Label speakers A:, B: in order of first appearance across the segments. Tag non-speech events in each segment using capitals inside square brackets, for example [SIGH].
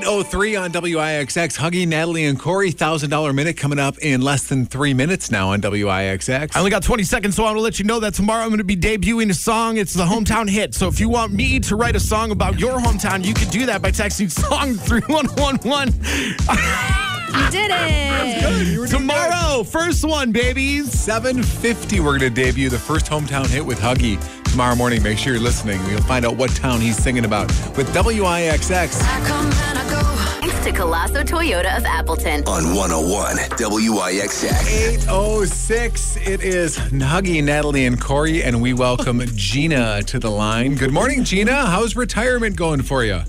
A: 803 on WIXX. Huggy, Natalie, and Corey. $1,000 minute coming up in less than three minutes now on WIXX.
B: I only got 20 seconds, so I want to let you know that tomorrow I'm going to be debuting a song. It's the hometown hit. So if you want me to write a song about your hometown, you can do that by texting song [LAUGHS] 3111.
C: You did it.
B: tomorrow, first one, babies.
A: 750, we're going to debut the first hometown hit with Huggy tomorrow morning. Make sure you're listening. You'll find out what town he's singing about with WIXX.
D: Thanks to Colosso Toyota of Appleton.
E: on 101 WIXX.
A: 806. It is Huggy, Natalie, and Corey, and we
B: [LAUGHS]
A: welcome Gina to the line. Good morning, Gina. How's retirement going for you?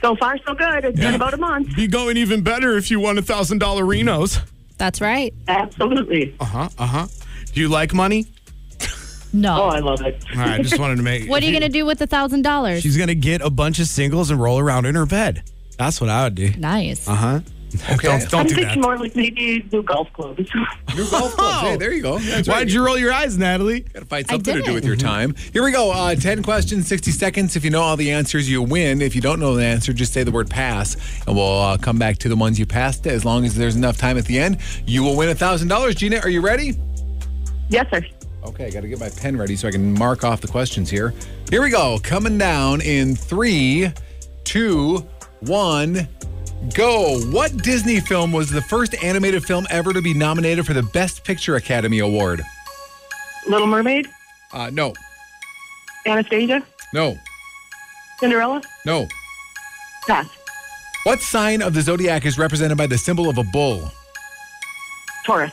F: So far, so good. It's been about a month.
B: Be going even better if you won a thousand dollar Renos.
C: That's right.
F: Absolutely.
B: Do you like money?
F: Oh,
C: No.
F: I love it.
B: All right, just wanted to
C: [LAUGHS]
B: make.
C: What are you going to do with the thousand dollars?
B: [LAUGHS] She's gonna get a bunch of singles and roll around in her bed. That's what I would do.
C: Nice.
B: huh. Don't,
F: I'm
B: don't do
F: thinking
B: that.
F: more like maybe do golf clubs. [LAUGHS]
A: New golf clubs. Hey, there you go. That's
B: Why'd you roll your eyes, Natalie?
A: Gotta find
C: I
A: something to do
C: didn't.
A: with your time. Here we go. Uh, 10 questions, 60 seconds. If you know all the answers, you win. If you don't know the answer, just say the word pass, and we'll uh, come back to the ones you passed. As long as there's enough time at the end, you will win $1,000. Gina, are you ready?
F: yes, sir.
A: Okay, I got to get my pen ready so I can mark off the questions here. Here we go. Coming down in three, two, one, go. What Disney film was the first animated film ever to be nominated for the Best Picture Academy Award?
F: Little Mermaid,
A: Uh, no,
F: Anastasia,
A: no,
F: Cinderella,
A: no.
F: pass.
A: What sign of the zodiac is represented by the symbol of a bull?
F: Taurus,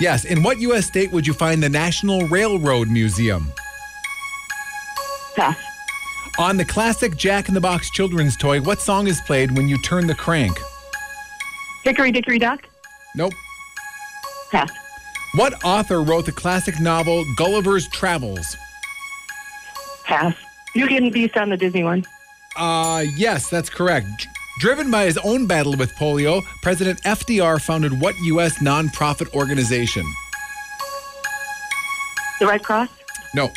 A: Yes. In what U.S. state would you find the National Railroad Museum?
F: pass.
A: On the classic Jack in the Box children's toy, what song is played when you turn the crank?
F: Hickory Dickory Dock,
A: Nope.
F: pass.
A: What author wrote the classic novel Gulliver's Travels?
F: Pass. You getting beast on the Disney one?
A: Uh, yes, that's correct. Dr- driven by his own battle with polio, President FDR founded what U.S. nonprofit organization?
F: The Red Cross,
A: No.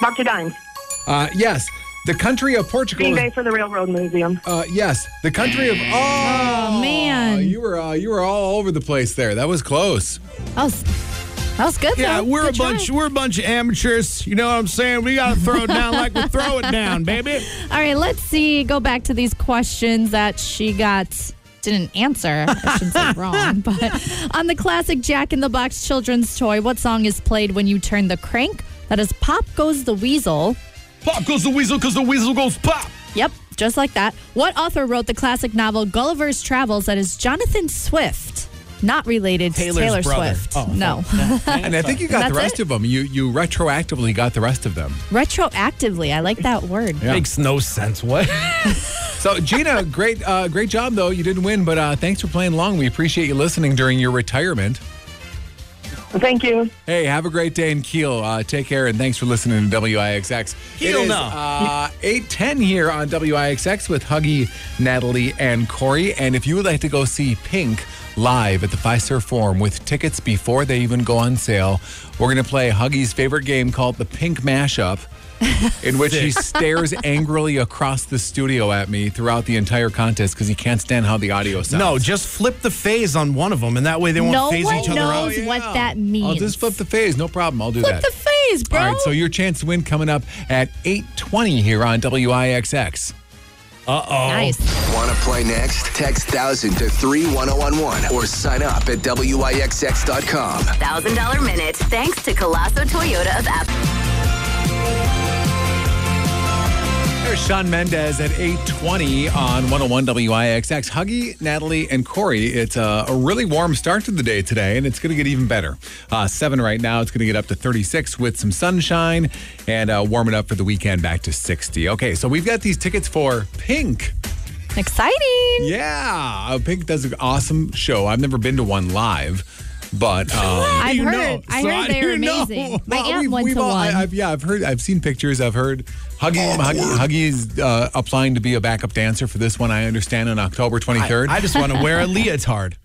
F: Mark to Dimes,
A: Uh, yes, the country of Portugal.
F: Green Bay for the Railroad Museum.
A: Uh, yes, the country of. Oh,
C: man.
A: you were uh, you were all over the place there. That was close.
C: That was, that was good.
B: Yeah,
C: though.
B: we're a
C: Good
B: bunch.
C: try.
B: We're a bunch of amateurs. You know what I'm saying? We gotta throw it down like we throw it down,
C: [LAUGHS]
B: baby.
C: All right, let's see. Go back to these questions that she got. Didn't answer. I shouldn't
B: [LAUGHS]
C: say wrong, but on the classic Jack in the Box children's toy, what song is played when you turn the crank? That is "Pop Goes the Weasel."
B: Pop goes the weasel, cause the weasel goes pop.
C: Yep, just like that. What author wrote the classic novel Gulliver's Travels? That is Jonathan Swift, not related to
B: Taylor's
C: Taylor
B: brother.
C: Swift.
B: Oh,
C: no,
B: [LAUGHS]
A: And I think you got the
C: That's
A: rest
C: it?
A: of them. You you retroactively got the rest of them.
C: retroactively. I like that word.
A: Yeah.
B: Makes no sense.
C: [LAUGHS]
B: What?
A: So Gina, [LAUGHS] great uh, great job though. You didn't win, but uh, thanks for playing along. We appreciate you listening during your retirement.
F: Thank you.
A: Hey, have a great day in Kiel. Uh, take care, and thanks for listening to WIXX.
B: Kiel
A: it is,
B: now.
A: Uh, 810 here on WIXX with Huggy, Natalie, and Corey. And if you would like to go see Pink live at the Pfizer Forum with tickets before they even go on sale, we're going to play Huggy's favorite game called the Pink Mashup.
B: [LAUGHS]
A: In which he stares angrily across the studio at me throughout the entire contest because he can't stand how the audio sounds.
B: No, just flip the phase on one of them, and that way they won't
C: No
B: phase
C: one
B: each other out.
C: knows what that means.
A: I'll just flip the phase. No problem. I'll do
C: Flip
A: that.
C: the phase, bro.
A: All right, so your chance to win coming up at 8:20 here on WIXX.
C: nice.
E: Want to play next? Text 1000 to 31011 or sign up at WIXX.com.
D: $1,000 minute. Thanks to Colosso Toyota of Appleton.
A: There's Sean Mendez at 8:20 on 101 WIXX. Huggy, Natalie, and Corey. It's a, a really warm start to the day today, and it's going to get even better. Uh, seven right now. It's going to get up to 36 with some sunshine and uh, warm it up for the weekend back to 60. Okay, so we've got these tickets for Pink.
C: Exciting.
A: Yeah, uh, Pink does an awesome show. I've never been to one live, but. Um,
C: I've
B: you
C: heard.
B: know?
C: I
B: So
C: heard
B: how do
C: they were
B: you know?
C: amazing.
A: [LAUGHS]
C: My
A: Well,
C: aunt
A: we've-
C: went
A: we've
C: to
A: all- I-
C: one.
A: I've, yeah, I've heard. I've seen pictures. I've heard.
B: Oh,
A: Huggy, Huggy Huggy's uh, applying to be a backup dancer for this one. I understand on October twenty third.
B: I just want to wear a leotard.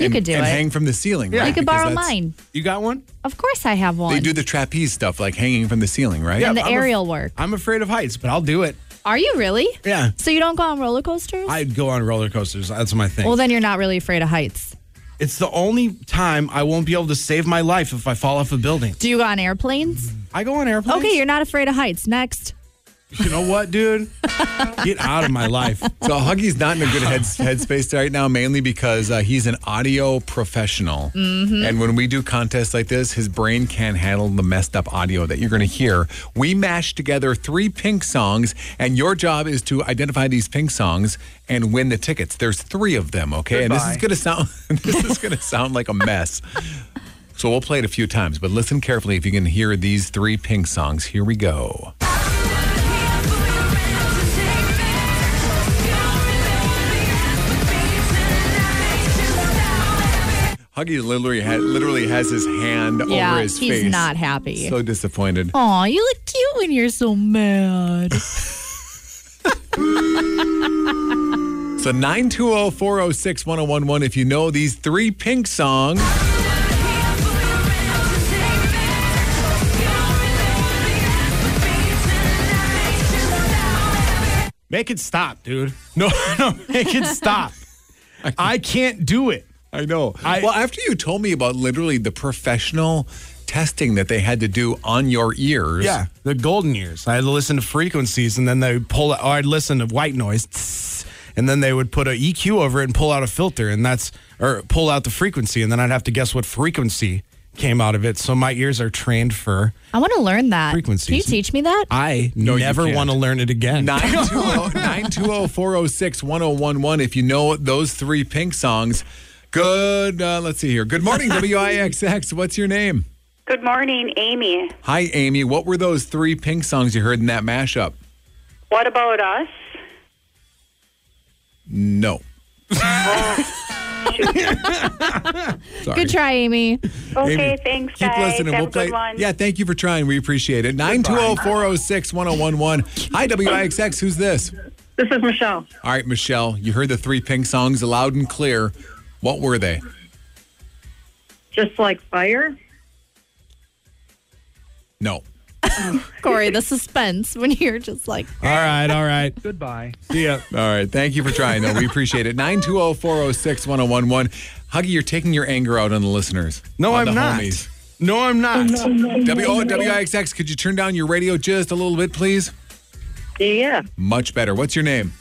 C: you could do
A: and
C: it.
A: hang from the ceiling.
C: you
A: right?
C: could
A: Because
C: borrow
A: that's-
C: mine.
B: You got one?
C: Of course, I have one.
A: They do the trapeze stuff, like hanging from the ceiling, right?
C: and
B: Yeah,
C: the
B: I'm a-
C: aerial work.
B: I'm afraid of heights, but I'll do it.
C: Are you really?
B: Yeah.
C: So you don't go on roller coasters?
B: I'd go on roller coasters. That's my thing.
C: well, then you're not really afraid of heights.
B: it's the only time I won't be able to save my life if I fall off a building.
C: Do you go on airplanes?
A: Mm-hmm.
B: I go on airplanes.
C: Okay, you're not afraid of heights. Next.
B: You know
C: [LAUGHS]
B: what, dude? Get out of my life.
A: So Huggy's not in a good head headspace right now, mainly because uh, he's an audio professional, and when we do contests like this, his brain can't handle the messed up audio that you're going to hear. We mash together three Pink songs, and your job is to identify these Pink songs and win the tickets. There's three of them, okay? And this is going to sound [LAUGHS] this is going to sound like a mess. So we'll play it a few times, but listen carefully if you can hear these three Pink songs. Here we go. Huggy literally ha- literally has his hand
C: Yeah,
A: over his
C: he's
A: face.
C: not happy.
A: So disappointed.
C: Aw, you look cute when you're so mad.
A: So oh, 920-406-1011 if you know these three pink songs.
B: Make it stop, dude. No, [LAUGHS] no, make it stop. I can't do it.
A: I know.
B: I-
A: well, after you told me about literally the professional testing that they had to do on your ears.
B: The golden years. I had to listen to frequencies and then they would pull out, or I'd listen to white noise. tss, And then they would put an EQ over it and pull out a filter, and that's, or pull out the frequency, and then I'd have to guess what frequency came out of it. So my ears are trained for.
C: I want to learn that.
B: Frequencies.
C: Can you teach me that?
B: I
A: you
B: never
A: can't.
B: want to learn it again.
A: oh, 920-406-1011 if you know those three pink songs. Good, uh, let's see here. Good morning, WIXX. What's your name?
G: Good morning, Amy.
A: Hi, Amy. What were those three pink songs you heard in that mashup?
G: What about us?
A: No. Sorry.
C: Good try, Amy.
G: Okay,
A: Amy,
G: thanks,
A: Keep
G: guys.
A: listening.
G: Have
A: we'll
G: a
A: play.
G: good one.
A: Yeah, thank you for trying. We appreciate it. oh, 920 406 1011. Hi, WIXX. Who's this?
F: This is Michelle.
A: All right, Michelle, you heard the three pink songs loud and clear. What were they?
F: Just like fire.
A: No.
C: Corey, the suspense when you're just like,
B: all right, all right.
F: Goodbye.
B: See ya.
A: All right, thank you for trying, though. We appreciate it. 920 406 1011. Huggy, you're taking your anger out on the listeners.
B: No,
A: on
B: I'm
A: the
B: not.
A: Homies.
B: No, I'm not.
A: W- oh, WIXX, could you turn down your radio just a little bit, please?
F: Yeah.
A: Much better. What's your name?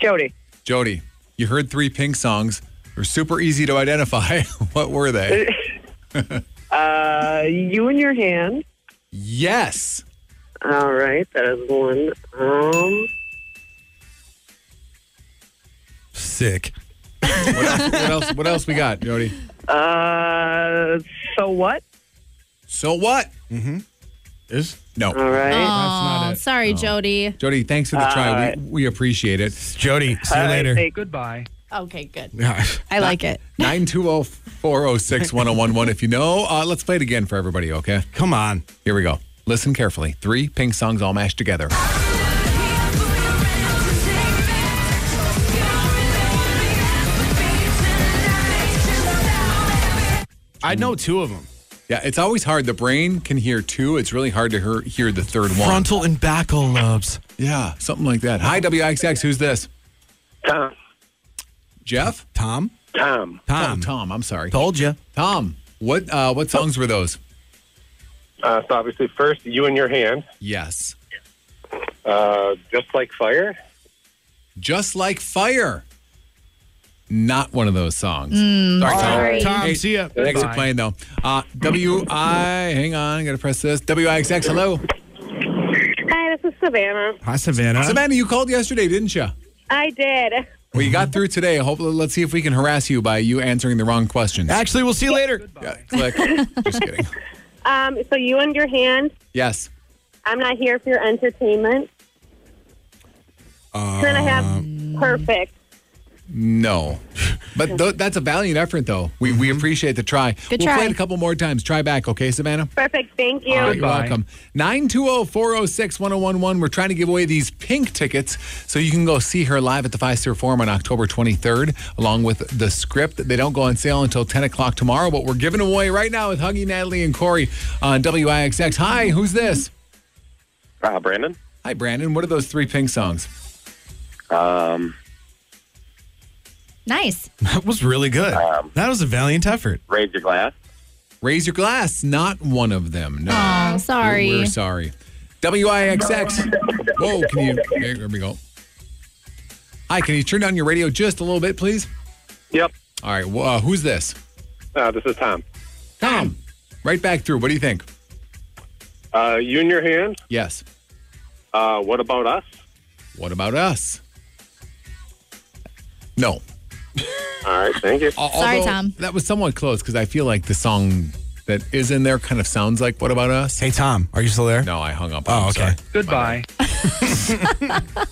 F: Jody.
A: Jody, you heard three pink songs. They're super easy to identify. [LAUGHS] what were they?
F: Uh, you and your hand.
A: yes.
F: All right, that is one. Um,
B: Sick.
A: What else, what else? What else we got, Jody?
F: uh, so what?
A: So what?
B: Is
A: No.
F: All right.
C: oh, sorry, Jody.
A: Jody, thanks for the try. We, we appreciate it.
B: Jody. See you later.
F: Say goodbye.
C: Okay, good.
B: Gosh.
C: I like it.
A: 920-406-1011 if you know. Uh, let's play it again for everybody, okay?
B: Come on.
A: Here we go. Listen carefully. Three pink songs all mashed together.
B: I know two of them.
A: Yeah, it's always hard. The brain can hear two. It's really hard to hear, hear the third one.
B: Frontal and backal lobes.
A: Yeah, something like that. Hi, WIXX. Who's this?
H: Tom.
A: Jeff?
B: Tom.
H: Tom.
A: Tom. Tom, I'm sorry.
B: Told you.
A: Tom, what uh, what songs were those?
H: Uh, so obviously, first you and your hand,
A: Yes.
H: uh, just like fire.
A: Just like fire. Not one of those songs. Sorry, Tom.
C: Sorry.
B: Tom,
A: Hey,
B: see ya.
A: Thanks for playing though. Uh, WI, hang on, I gotta press this. WIXX, hello.
G: Hi, this is Savannah.
B: Hi, Savannah.
A: Savannah, you called yesterday, didn't you?
G: I did.
A: Well, you got through today. Hopefully, let's see if we can harass you by you answering the wrong questions.
B: Actually, we'll see you later.
A: Yeah, click. Just kidding.
G: Um, so you and your hand.
A: [LAUGHS] Yes.
G: I'm not here for your entertainment. Um, then I have perfect.
A: No. But th- that's a valiant effort, though. We, we appreciate the try.
C: Mm-hmm. Good
A: we'll
C: try.
A: play it a couple more times. Try back, okay, Savannah?
G: Perfect. Thank you.
A: All right, you're welcome. oh, 920-406-1011. We're trying to give away these pink tickets so you can go see her live at the Pfizer Forum on October 23rd, along with the script. They don't go on sale until 10 o'clock tomorrow, but we're giving them away right now with Huggy, Natalie, and Corey on WIXX. Hi, who's this?
H: Uh, Brandon.
A: Hi, Brandon. What are those three Pink songs?
I: Um,
C: Nice.
B: That was really good.
A: Um,
B: that was a valiant effort.
I: raise your glass.
A: Raise Your Glass, not one of them. No.
C: Oh, sorry.
A: We're, we're sorry. WIXX. Whoa, can you? There there we go. Hi, can you turn down your radio just a little bit, please?
H: Yep.
A: All right. Well, uh, who's this?
H: Uh, this is Tom.
A: Tom. Right back through. What do you think?
H: Uh, you and your hand.
A: Yes.
H: Uh, what about us?
A: What about us? No.
H: All right. Thank you.
A: Al-
C: Sorry,
A: although
C: Tom.
A: That was somewhat close because I feel like the song that is in there kind of sounds like "What About Us."
B: Hey, Tom, are you still there?
A: No, I hung up.
B: Oh,
A: I'm
B: okay.
A: sorry.
F: Goodbye.
C: I love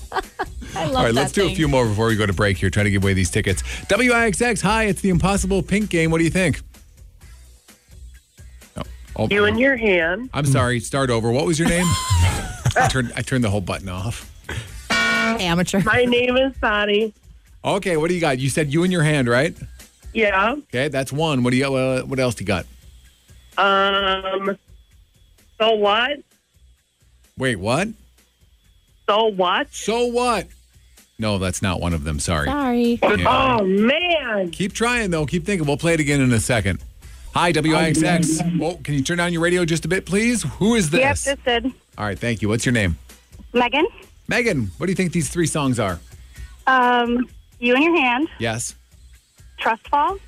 A: All right,
C: that
A: let's do a
C: thing.
A: few more before we go to break here. Try to give away these tickets. WIXX, hi, it's the Impossible Pink Game. What do you think? Oh, oh,
F: You and your hand.
A: I'm sorry, start over. What was your
F: [LAUGHS]
A: name? I, turned, I turned the whole button off.
C: amateur.
F: My name is Bonnie.
A: Okay, what do you got? You said you in your hand, right?
F: Yeah.
A: Okay, that's one. What do you? Uh, what else do you got?
F: Um. So what?
A: Wait, what?
F: So what?
A: So what? No, that's not one of them. Sorry.
C: Sorry.
A: Yeah.
F: Oh man.
A: Keep trying though. Keep thinking. We'll play it again in a second. Hi, WIXX. Whoa, Oh, can you turn down your radio just a bit, please? Who is
G: Yep,
A: this?
G: this did.
A: All right, thank you. What's your name?
G: Megan,
A: Megan, what do you think these three songs are?
G: um, you in your hand.
A: Yes.
G: Trust fall.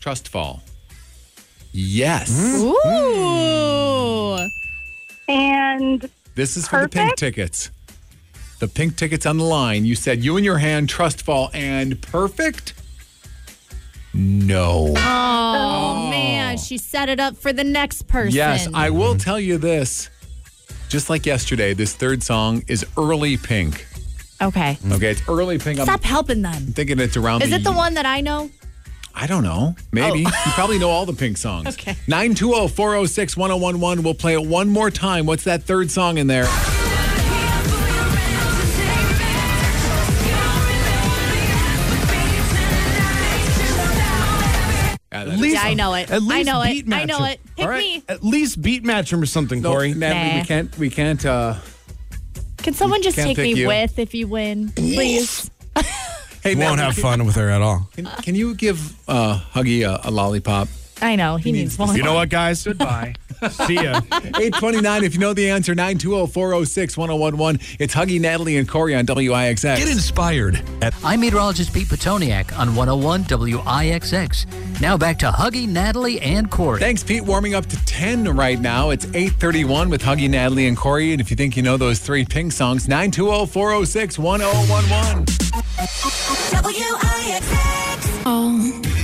A: Trust Fall. Yes.
G: Mm-hmm.
C: Ooh.
G: And
A: This is for the pink
G: Perfect.
A: tickets. The pink tickets on the line. You said you and your hand, Trust Fall, and Perfect? No.
C: Oh, man, she set it up for the next person.
A: Yes, I will tell you this. Just like yesterday, this third song is early pink.
C: Okay.
A: Okay, it's early pink. I'm
C: Stop helping them.
A: thinking it's around
C: Is
A: the
C: it the one that I know?
A: I don't know. Maybe. You probably know all the pink songs.
C: [LAUGHS] Okay.
A: 920 406 1011. We'll play it one more time. What's that third song in there? Yeah, that is-
B: least-
C: Yeah, I know it.
B: At least
C: I know
B: beat
C: it. I know
B: match
C: it.
B: him.
C: Pick
B: All right?
C: me.
B: At least beat match him or something,
A: No,
B: Corey.
A: Natalie, we
C: Nah.
A: can't. We can't. Uh,
C: Can someone just
A: Can't
C: take
A: pick
C: me
A: you.
C: with if you win, please?
A: hey,
B: Won't
A: Natalie,
B: have fun with her at all.
A: Can, can you give uh, Huggy a, a lollipop?
C: I know he, needs, one.
B: You know what, guys?
F: Goodbye.
B: [LAUGHS] See ya.
A: 829. if you know the answer, oh, 920 406 1011. It's Huggy, Natalie, and Corey on WIXX.
J: Get inspired at
K: I'm meteorologist Pete Petoniak on 101 WIXX. Now back to Huggy, Natalie, and Corey.
A: Thanks, Pete. Warming up to 10 right now. It's 831 with Huggy, Natalie, and Corey. And if you think you know those three ping songs, oh, 920-406-1011.
D: WIXX.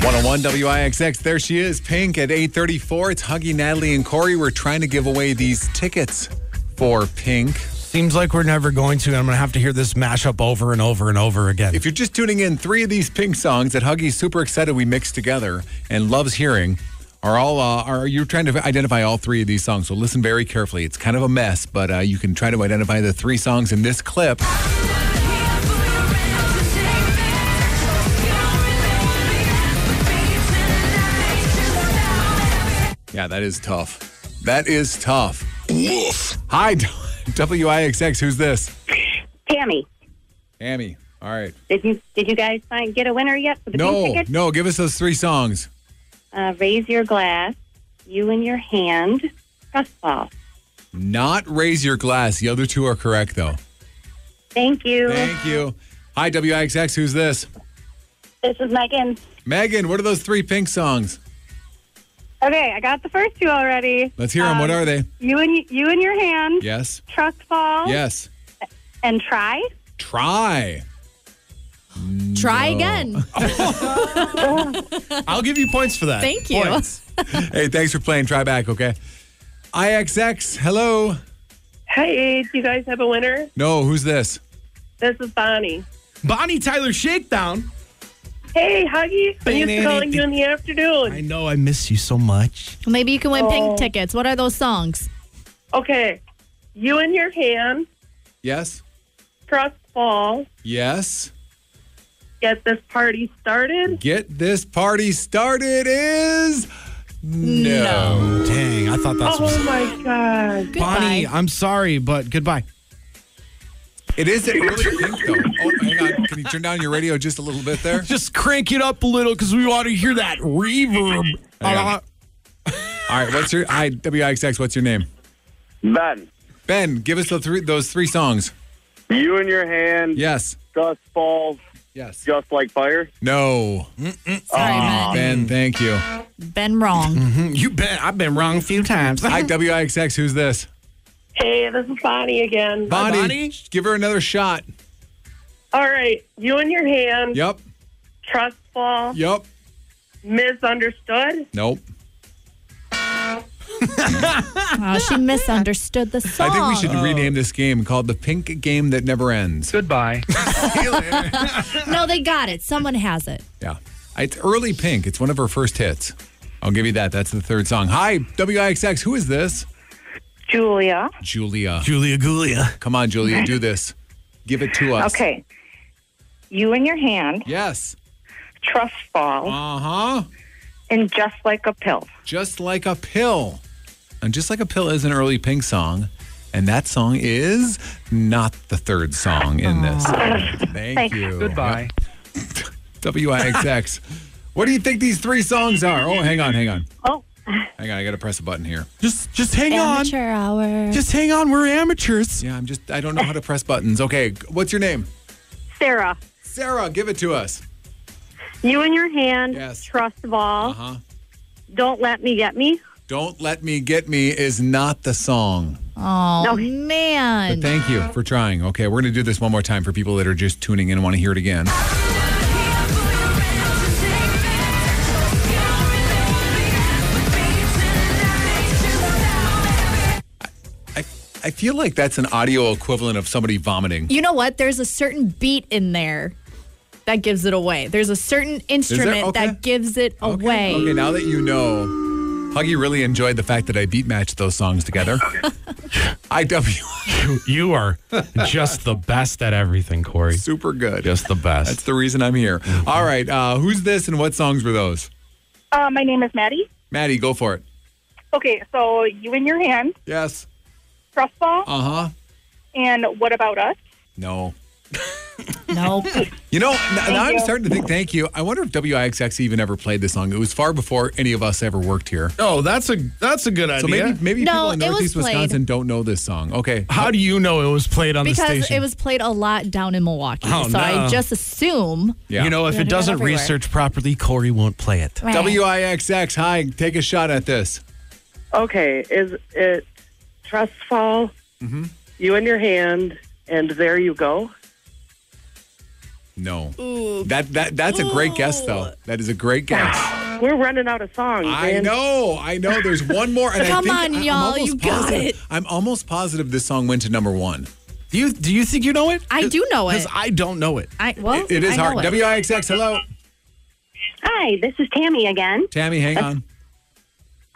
A: 101 WIXX. There she is, Pink at 834. It's Huggy, Natalie, and Corey. We're trying to give away these tickets for Pink.
B: Seems like we're never going to. and I'm going to have to hear this mashup over and over and over again.
A: If you're just tuning in, three of these Pink songs that Huggy's super excited we mixed together and loves hearing are all, uh, are you trying to identify all three of these songs? So listen very carefully. It's kind of a mess, but uh, you can try to identify the three songs in this clip. Yeah, that is tough. That is tough. Hi, [LAUGHS] WIXX. Who's this?
G: Tammy,
A: Amy. All right.
G: did you did you guys find, get a winner yet for the pink
A: No,
G: ticket?
A: no, give us those three songs.
G: Uh, raise your glass. You in your hand. Trust fall.
A: Not raise your glass. The other two are correct, though.
G: Thank you.
A: Thank you. Hi, WIXX. Who's this?
G: This is Megan.
A: Megan, what are those three pink songs?
G: Okay, I got the first two already.
A: Let's hear them.
G: Um,
A: What are they?
G: You in you in your hand.
A: Yes.
G: Trust fall.
A: Yes.
G: And try.
A: Try.
C: Try again.
B: I'll give you points for that.
C: Thank you.
B: Points.
A: [LAUGHS] hey, thanks for playing. Try back, okay? IXX, hello.
F: Hey, do you guys have a winner?
A: No, who's this?
F: This is Bonnie.
B: Bonnie Tyler Shakedown.
F: Hey, Huggy. I used to calling you in the
B: I
F: afternoon.
B: know I miss you so much.
C: Maybe you can win
F: Oh.
C: pink tickets. What are those songs?
F: Okay. You in your hand.
A: Yes.
F: Trust fall.
A: Yes.
F: Get this party started.
A: Get this party started is no.
B: Dang, I thought that's
F: Oh my God.
C: Goodbye.
B: Bonnie, I'm sorry, but goodbye.
A: It is it really pink though. Oh, hang on. Can you turn down your radio just a little bit there?
B: Just crank it up a little because we want to hear that reverb.
A: Hang on. All right. What's your I WIXX? What's your name?
I: Ben,
A: Ben, give us the three those three songs.
I: you in your hand.
A: Yes.
I: Dust falls
A: Yes.
I: just like fire.
A: No.
C: Sorry, Ben.
A: Oh, Ben, thank you.
C: Ben wrong.
A: [LAUGHS]
B: Uh, You bet. I've been wrong a few times.
A: I WIXX. Who's this?
F: Hey, this is Bonnie again.
A: Bonnie.
B: Bonnie.
A: Give her another shot.
F: All right, you in your hand,
A: Yep.
F: trustful,
A: Yep.
F: misunderstood.
A: Nope.
C: Oh, she misunderstood the song.
A: I think we should rename this game called the Pink Game That Never Ends.
K: Goodbye.
C: No, they got it. Someone has it.
A: Yeah. It's early pink. It's one of her first hits. I'll give you that. That's the third song. Hi, WIXX. Who is this?
G: Julia.
A: Julia.
B: Julia Gulia.
A: Come on, [LAUGHS] Julia. Do this. Give it to us.
G: Okay. You in your hand,
A: Yes.
G: trust fall,
A: Uh huh.
G: and just like a pill.
A: Just like a pill. And Just Like a Pill is an early pink song. And that song is not the third song in this. Thank
G: Thanks.
A: you.
K: Goodbye.
A: Yep. [LAUGHS] WIXX. what do you think these three songs are? Oh, hang on, hang on.
G: Oh,
A: Hang on. I got to press a button here.
B: Just, just hang
C: Amateur hour.
B: on. Just hang on. We're amateurs.
A: Yeah, I'm just, I don't know how to press buttons. Okay, what's your name?
G: Sarah.
A: Sarah, give it to us.
G: You in your hand,
A: Yes.
G: trust fall.
A: Uh-huh.
G: Don't let me get me.
A: Don't Let Me Get Me is not the song.
C: oh
G: No.
A: But
C: man.
A: thank you for trying. Okay, we're going to do this one more time for people that are just tuning in and want to hear it again. I I feel like that's an audio equivalent of somebody vomiting.
C: You know what? There's a certain beat in there that gives it away. There's a certain instrument
A: Okay.
C: that gives it
A: Okay,
C: away.
A: Okay, now that you know, Huggy really enjoyed the fact that I beat matched those songs together. IW,
B: You [LAUGHS] are just the best at everything, Corey.
A: [LAUGHS] super good.
B: Just the best.
A: That's the reason I'm here. All right, uh, who's this and what songs were those?
G: Uh, my name is Maddie.
A: Maddie, go for it.
G: Okay, so you in your hand,
A: Yes.
G: trust fall,
A: Uh huh.
G: and what about us?
A: No.
C: No.
A: [LAUGHS] You know, n- now I'm
G: you.
A: starting to think, thank you. I wonder if WIXX even ever played this song. It was far before any of us ever worked here.
B: oh, that's a that's a good idea.
A: So maybe, maybe people
C: No,
A: in
C: it was
A: Northeast
C: played.
A: Wisconsin don't know this song. Okay.
B: How do you know it was played on the
C: because
B: station?
C: it was played a lot down in Milwaukee.
B: Oh,
C: so
B: no.
C: I just assume.
A: Yeah.
B: [LAUGHS] You know, if
C: You gotta do
B: it
C: that
B: doesn't
C: everywhere.
B: research properly, Corey won't play it.
A: WIXX, hi, take a shot at this.
F: Okay, is it trustful? You in your hand, and there you go.
A: No. That that that's a great guess though. That is a great guess.
F: We're running out of songs.
A: I
F: man.
A: know, I know. There's one more, and
C: Come
A: I
C: on,
A: think I- I'm
C: y'all,
A: almost
C: you got
A: positive-
C: it.
A: I'm almost positive this song went to number one.
B: Do you do you think you know it?
C: I do know it.
B: Because I don't know it.
C: I well,
A: It is
C: Oh, I know
A: hard.
C: it.
A: WIXX, hello,
G: Hi, this is Tammy again.
A: Tammy. Hang on.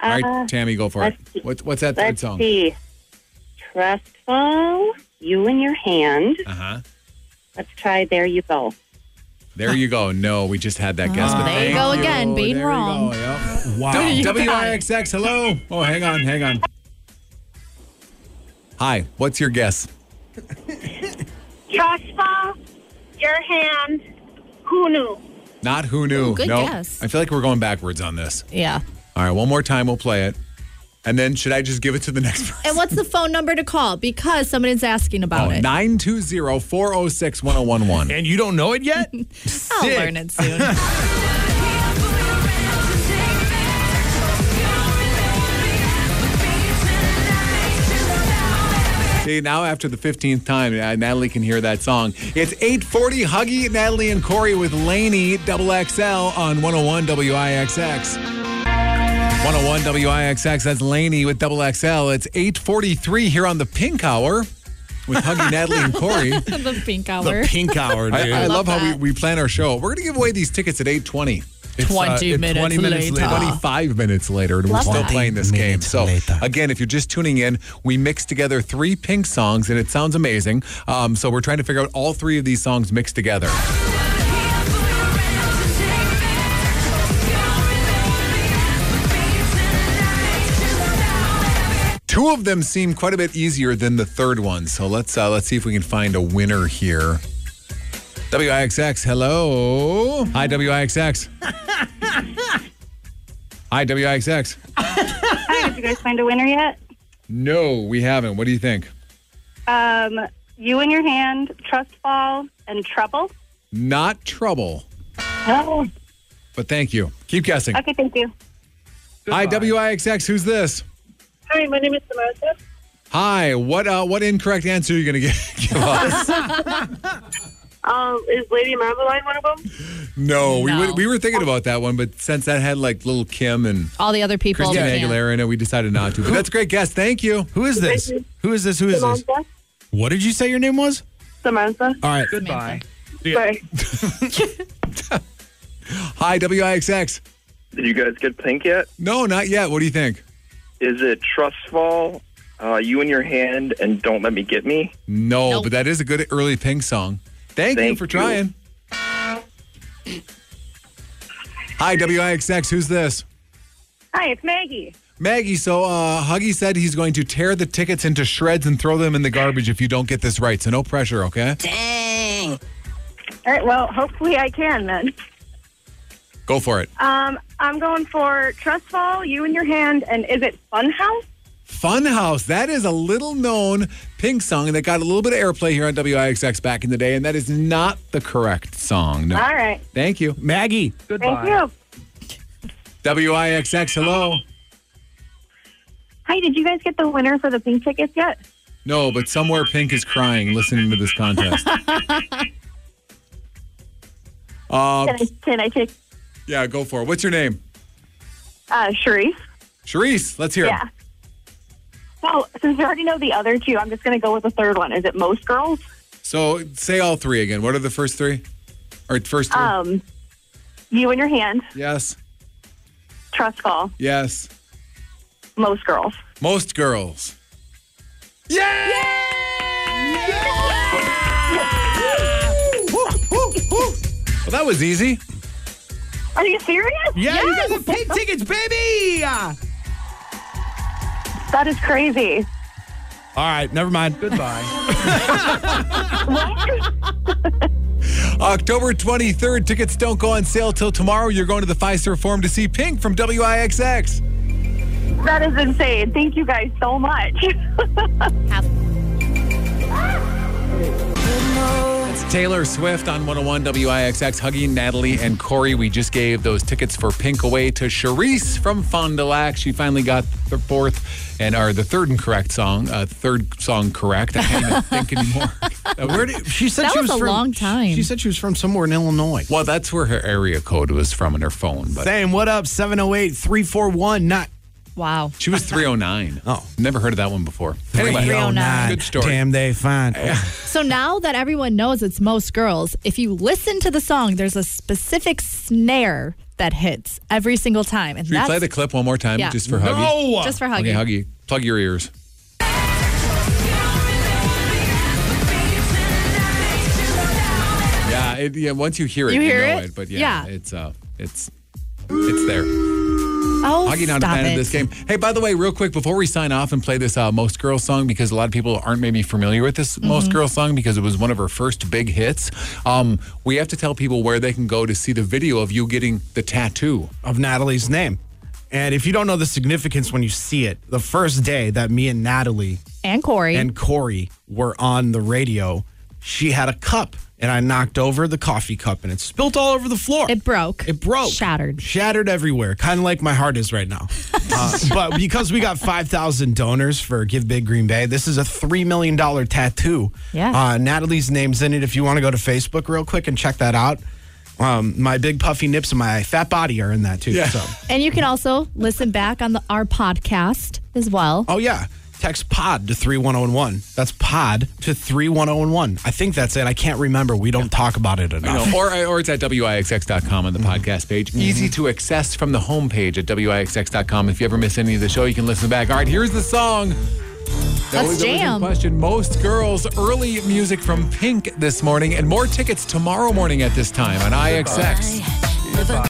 A: All
G: Uh,
A: right, Tammy, go for it.
G: let's see.
A: What, what's that third
G: Let's
A: song?
G: see. Trustful, you in your hand.
A: Uh huh.
G: Let's try there you go.
A: There you go. No, we just had that guess. but
C: Oh, there you
A: thank
C: go again, being
A: There you
C: wrong.
A: go, yep.
B: Wow.
C: [LAUGHS] You got it.
A: WIXX, hello. Oh, hang on, hang on. Hi, what's your guess?
G: Trustful, your hand. Who knew?
A: Not who knew.
C: good
A: no,
C: guess.
A: I feel like we're going backwards on this.
C: Yeah.
A: All right, one more time, we'll play it. And then should I just give it to the
C: [LAUGHS]
A: next person?
C: And what's the phone number to call? Because someone is asking
A: Oh,
C: about it.
A: 920 406 1011.
B: And you don't know it yet?
C: [LAUGHS] I'll
B: sick.
C: learn
A: [LAUGHS]
C: it soon.
A: See, now after the 15th time, uh, Natalie can hear that song. It's 840 Huggy, Natalie, and Corey with Laney Double XL on 101 WIXX. 101 WIXX, that's Laney with Double XL. It's 843 here on the Pink Hour with Huggy, Natalie, and Corey.
C: the pink
B: the
C: hour. [LAUGHS]
B: pink hour, dude.
A: I, I love,
C: love
A: how
C: that.
A: we, we plan our show. We're going to give away these tickets at 820.
B: It's, uh,
C: 20
B: it's
C: minutes
B: 20 minutes
C: later.
B: later.
A: 25 minutes later, and
C: Love
A: we're still
C: that.
A: playing this
B: 20
A: game.
B: minutes
A: So,
B: later.
A: again, if you're just tuning in, we mixed together three pink songs, and it sounds amazing. Um, so, we're trying to figure out all three of these songs mixed together. Two of them seem quite a bit easier than the third one. So let's uh, let's see if we can find a winner here. WIXX, hello. Hi, WIXX. Hi, WIXX.
G: Hi, did you guys find a winner yet?
A: No, we haven't. What do you think?
G: Um, you in your hand, trust fall, and trouble.
A: Not trouble,
G: Oh,
A: but thank you. Keep guessing.
G: okay, thank you.
A: Hi, WIXX. Who's this?
F: Hi, my name is Samantha.
A: Hi. What uh, what incorrect answer are you going to [LAUGHS] give
G: [LAUGHS]
A: us?
F: Um, is Lady Marmalade one of them?
A: no, we
C: No.
A: would, we were thinking about that one, but since that had like little Kim and
C: All the other people.
A: Christina
C: we can't.
A: Aguilera in it, we decided not to. But that's a great guess. Thank you.
B: Who is this? Who is this? Who is this?
F: Samantha.
B: What did you say your name was?
F: Samantha.
B: All right.
C: Samantha.
F: Sorry.
A: Hi, WIXX.
I: Did you guys get pink yet?
A: No, not yet. What do you think?
I: Is it trust fall? Uh, you in your hand and don't let me get me.
A: No,
C: Nope.
A: but that is a good early Pink song. Thank, you
I: Thank
A: for
I: you.
A: trying. Hi, WIXX. Who's this?
G: Hi, it's Maggie.
A: Maggie, so uh, Huggy said he's going to tear the tickets into shreds and throw them in the garbage if you don't get this right. So no pressure, okay?
G: All right, well, hopefully I can then.
A: Go for it.
I: Uh,
G: Um, I'm going for trust fall, you in your hand, and is it funhouse?
A: Funhouse. That is a little known Pink song that got a little bit of airplay here on WIXX back in the day, and that is not the correct song. No.
G: All right,
A: Thank you.
B: Maggie.
G: thank you.
A: WIXX, hello.
G: Hi, did you guys get the winner for the pink tickets yet?
A: No, but somewhere Pink is crying listening to this
G: [LAUGHS]
A: contest. uh,
G: Can I, can I take
A: yeah, go for it. What's your name?
G: uh, Sharif?
A: Sharice, let's hear
G: Yeah.
A: it.
G: So since we already know the other two, I'm just going to go with the third one. Is it most girls?
A: So say all three again. What are the first three? Or first two?
C: Hmm.
G: Um, you in your hand,
A: yes,
G: trust fall,
A: yes.
G: most girls.
A: Most girls. Well, that was easy.
G: Are you serious?
B: Yeah, you guys have paid tickets, baby. All
G: That is crazy.
B: right, never mind. Goodbye.
A: October 23rd, tickets don't go on sale till tomorrow. You're going to the Pfizer Forum to see Pink from WIXX.
G: That is insane. Thank you guys so much.
A: It's Taylor Swift on 101 WIXX. Huggy, Natalie, and Corey. We just gave those tickets for Pink away to Charisse from Fond du Lac. She finally got the fourth and or the third and correct song. Uh, third song correct. I can't even think anymore. That was-
B: [LAUGHS] Where did, she said
C: That
B: she
C: was
B: was
C: a
B: from,
C: long time.
B: She said she was from somewhere in Illinois.
A: well, that's where her area code was from in her phone, but
B: Same. What up? 708 341. Not
C: Wow.
A: she was 309.
B: [LAUGHS] Oh.
A: Never heard of that one before. Anyway,
C: 309.
A: good story.
B: Damn, they [LAUGHS] fine.
C: So now that everyone knows it's most girls, if you listen to the song, there's a specific snare that hits every single time, and
A: Should we
C: that's
A: play the clip one more time
C: Yeah.
A: just for Huggy?
C: just for
A: Okay,
C: hugging.
A: Huggy, plug your ears. Yeah, it, yeah. Once you hear it,
C: You
A: you,
C: hear
A: know
C: it?
A: it. But yeah,
C: Yeah.
A: it's uh, it's it's there.
C: Oh,
A: Huggy not a
C: stop
A: fan
C: it.
A: of this game. Hey, by the way, real quick before we sign off and play this uh, most girls song because a lot of people aren't maybe familiar with this
C: Mm-hmm.
A: most girls song because it was one of her first big hits. Um, we have to tell people where they can go to see the video of you getting the tattoo.
B: of Natalie's name. And if you don't know the significance when you see it, the first day that me and Natalie
C: And Corey.
B: and Corey were on the radio, she had a cup and I knocked over the coffee cup and it spilt all over the floor.
C: it broke.
B: It broke.
C: Shattered.
B: Shattered everywhere, kind of like my heart is
C: [LAUGHS]
B: right now. Uh, but because we got 5,000 donors for Give Big Green Bay, this is a $3 million tattoo.
C: Yeah.
B: Uh, Natalie's name's in it. If you want to go to Facebook real quick and check that out, um, my big puffy nips and my fat body are in that too. So.
C: And you can also listen back on the our podcast as well.
B: Oh, yeah. Text pod to 31011. That's pod to 31011. I think that's it. I can't remember. We don't talk about it enough.
A: No, or, or it's at wixx.com on the podcast page. Easy to access from the homepage at wixx.com. If you ever miss any of the show, you can listen back. All right, here's the song. That was- that was in
C: jam.
A: Question Most girls, early music from Pink this morning, and more tickets tomorrow morning at this time on IXX.